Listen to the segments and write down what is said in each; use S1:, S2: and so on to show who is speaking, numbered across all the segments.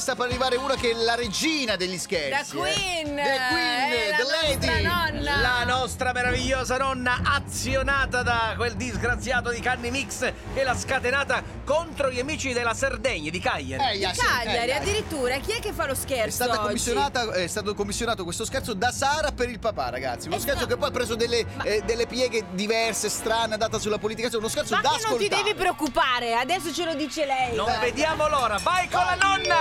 S1: sta per arrivare una che è la regina degli scherzi.
S2: The Queen,
S1: Eh. The Queen,
S2: eh, la
S1: The
S2: nostra
S1: Lady.
S2: nonna.
S3: La nostra meravigliosa nonna azionata da quel disgraziato di Canni Mix che l'ha scatenata contro gli amici della Sardegna di Cagliari.
S1: Eh, yeah, sì,
S2: Cagliari,
S1: eh, yeah.
S2: addirittura, chi è che fa lo scherzo
S1: È, stata
S2: oggi?
S1: commissionata, è stato commissionato questo scherzo da Sara per il papà, ragazzi. Uno
S2: Eh,
S1: scherzo
S2: no.
S1: che poi ha preso delle, eh, delle pieghe diverse, strane, data sulla politica. Cioè, uno scherzo
S2: Ma
S1: da
S2: che non ti
S1: ascoltare.
S2: devi preoccupare, adesso ce lo dice lei.
S3: Non vediamo l'ora, vai con la nonna!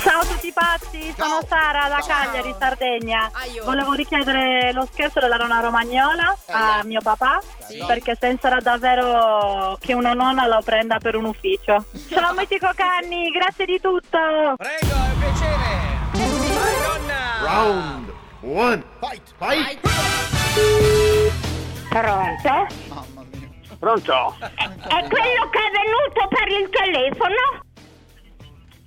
S4: Ciao a tutti pazzi, sono
S1: Ciao.
S4: Sara da
S1: Ciao.
S4: Cagliari, Sardegna.
S2: Aio.
S4: Volevo richiedere lo scherzo della nonna romagnola
S1: Eh,
S4: a
S1: no.
S4: mio papà
S2: Sì.
S4: perché senza sarà davvero che una nonna lo prenda per un ufficio. Sono Mitico Canni, grazie di tutto.
S3: Prego, è un piacere! Vai nonna!
S5: Round one,
S1: Fight.
S5: fight!
S6: Pronto?
S1: Mamma mia.
S7: Pronto?
S6: È quello che è venuto per il telefono?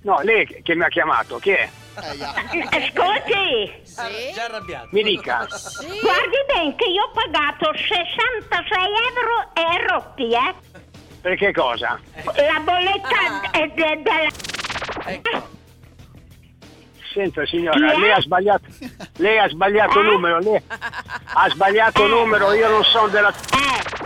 S7: No, lei che che mi ha chiamato, chi è?
S1: Eh, yeah.
S6: Ascolti,
S3: Arra- Ah, Già arrabbiato.
S7: Mi dica.
S2: Sì?
S6: guardi bene che io ho pagato 66 euro e rotti, eh?
S7: Per che cosa?
S6: La bolletta
S2: Ah.
S6: è de- della...
S3: Ecco.
S7: Senta signora, lei ha sbagliato. Lei ha
S6: Eh?
S7: sbagliato numero, lei ha sbagliato numero, io non sono della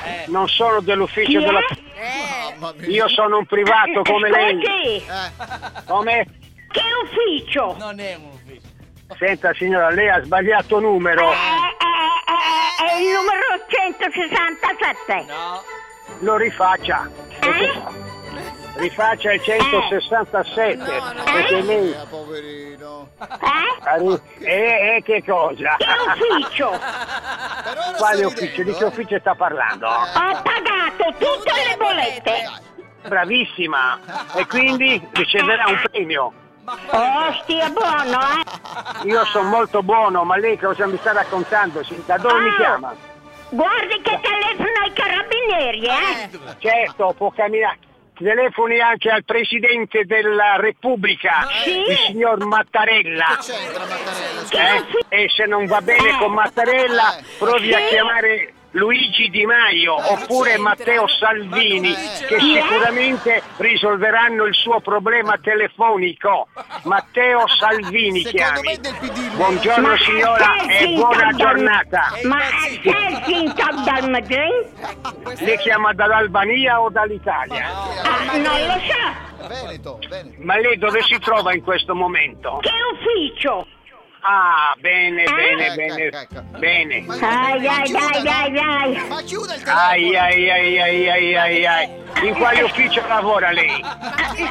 S6: Eh,
S3: Eh,
S7: non sono
S6: chi
S7: dell'ufficio
S6: è? Eh,
S7: della
S2: Eh,
S1: Mamma mia.
S7: Io sono un privato come lei.
S6: Ascolti,
S1: Eh,
S7: Come?
S6: che ufficio?
S3: non è un ufficio.
S7: Senta signora, lei ha sbagliato numero.
S6: Eh, eh, eh, eh, è il numero 167.
S3: No.
S7: Lo rifaccia.
S6: Eh?
S7: Rifaccia il 167.
S2: No, no.
S7: Perché lei
S1: eh, poverino.
S6: Eh?
S7: e, e che cosa?
S6: Che ufficio?
S1: Per ora
S7: Quale
S1: stai
S7: ufficio? Di
S1: ridendo,
S7: che
S1: eh?
S7: ufficio sta parlando?
S6: Ho pagato tutte le bollette.
S7: Bravissima! E quindi riceverà un premio.
S6: Oh, stia buono, eh.
S7: Io sono molto buono, ma lei cosa mi sta raccontando? Si- Da dove mi
S6: Ah.
S7: chiama?
S6: Guardi che telefono ai carabinieri, eh!
S7: Certo, può camminare. Telefoni anche al Presidente della Repubblica,
S6: Sì.
S7: il signor Mattarella.
S1: Ah, Che c'entra Mattarella?
S6: Che
S7: Eh,
S6: non si...
S7: E se non va bene con Mattarella,
S1: Eh.
S7: provi a
S6: Sì.
S7: chiamare Luigi Di Maio oppure
S2: c'entra?
S7: Matteo Salvini,
S1: Ma non
S7: che
S6: c'entra.
S7: sicuramente risolveranno il suo problema telefonico. Matteo Salvini
S1: Secondo me è
S7: chiami.
S1: del PD lui.
S7: Buongiorno signora
S6: sei
S7: e buona
S6: finta
S7: giornata.
S6: dal- Ma sei finta dal Madrid?
S7: Lei chiama dall'Albania o dall'Italia?
S1: Eh,
S6: Ah, non lo so!
S1: Veneto, Veneto.
S7: Ma lei dove si trova in questo momento?
S6: Che ufficio?
S7: Ah, bene, bene,
S1: Ecco,
S7: bene.
S1: ecco, ecco.
S7: Bene.
S1: Ma-
S6: Ai,
S1: ma
S6: ai,
S1: chiuda,
S6: ai,
S1: no?
S6: ai, ai!
S1: Ma chiuda il telefono.
S7: Ai ai ai ai ai ai ai. In quale ufficio lavora lei?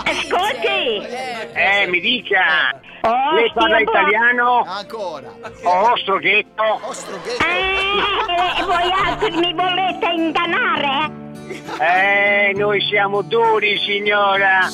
S6: Eh, Ascolti!
S2: eh,
S7: Eh, mi dica.
S1: Eh,
S6: Oh,
S7: Lei parla
S6: stia buono.
S7: italiano
S1: Ancora.
S7: o ostroghetto?
S1: Vostro ghetto.
S6: Eh, voi altri mi volete ingannare?
S7: Eh, noi siamo duri, signora.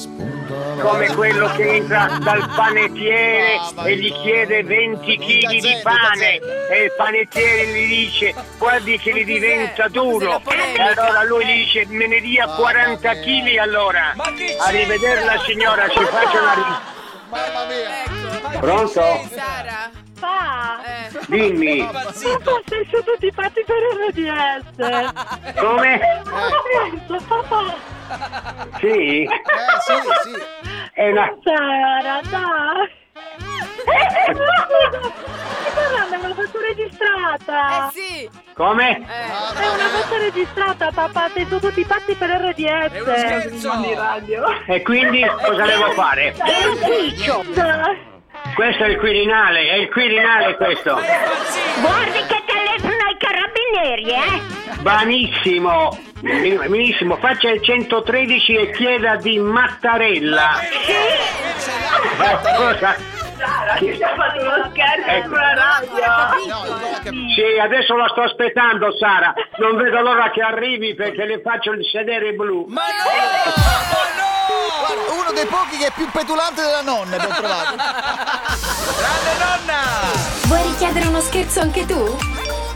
S7: Come quello che entra dal panettiere e gli chiede 20 kg di pane e il panettiere gli dice guardi che gli diventa duro e allora lui gli dice me ne dia 40 kg allora
S3: Ma che
S7: arrivederla signora ci faccio una ris-
S1: Mamma mia.
S2: ecco.
S7: Pronto?
S2: Sì, Sara,
S4: Pa,
S2: eh.
S7: Dimmi,
S3: Impazzito.
S4: papà sei su tutti pazzi per RDS.
S2: Eh.
S7: come?
S4: papà,
S7: Sì,
S1: Eh, sì, sì.
S7: è una...
S4: Sara, dai. Parlando, me l'ho fatto registrata.
S2: Eh sì,
S7: Come?
S1: Ah,
S2: eh.
S4: È una cosa registrata, papà, sei su tutti i pazzi per RDS.
S3: È uno scherzo.
S4: Di radio.
S7: E quindi cosa devo fare?
S6: Che ufficio?
S7: Questo è il Quirinale, è il Quirinale questo.
S6: Guardi che telefono ai carabinieri, eh!
S7: Benissimo, benissimo, faccia il 113 e chieda di Mattarella. Eh, cosa? Ecco.
S4: fatto uno scherzo sulla radio.
S1: No, non l'ho capito.
S7: Sì, adesso la sto aspettando Sara, non vedo l'ora che arrivi perché le faccio il sedere blu.
S3: Ma no! Ma no!
S1: Guarda, uno dei pochi che è più petulante della nonna, abbiamo trovato.
S3: Grande nonna!
S8: Vuoi richiedere uno scherzo anche tu?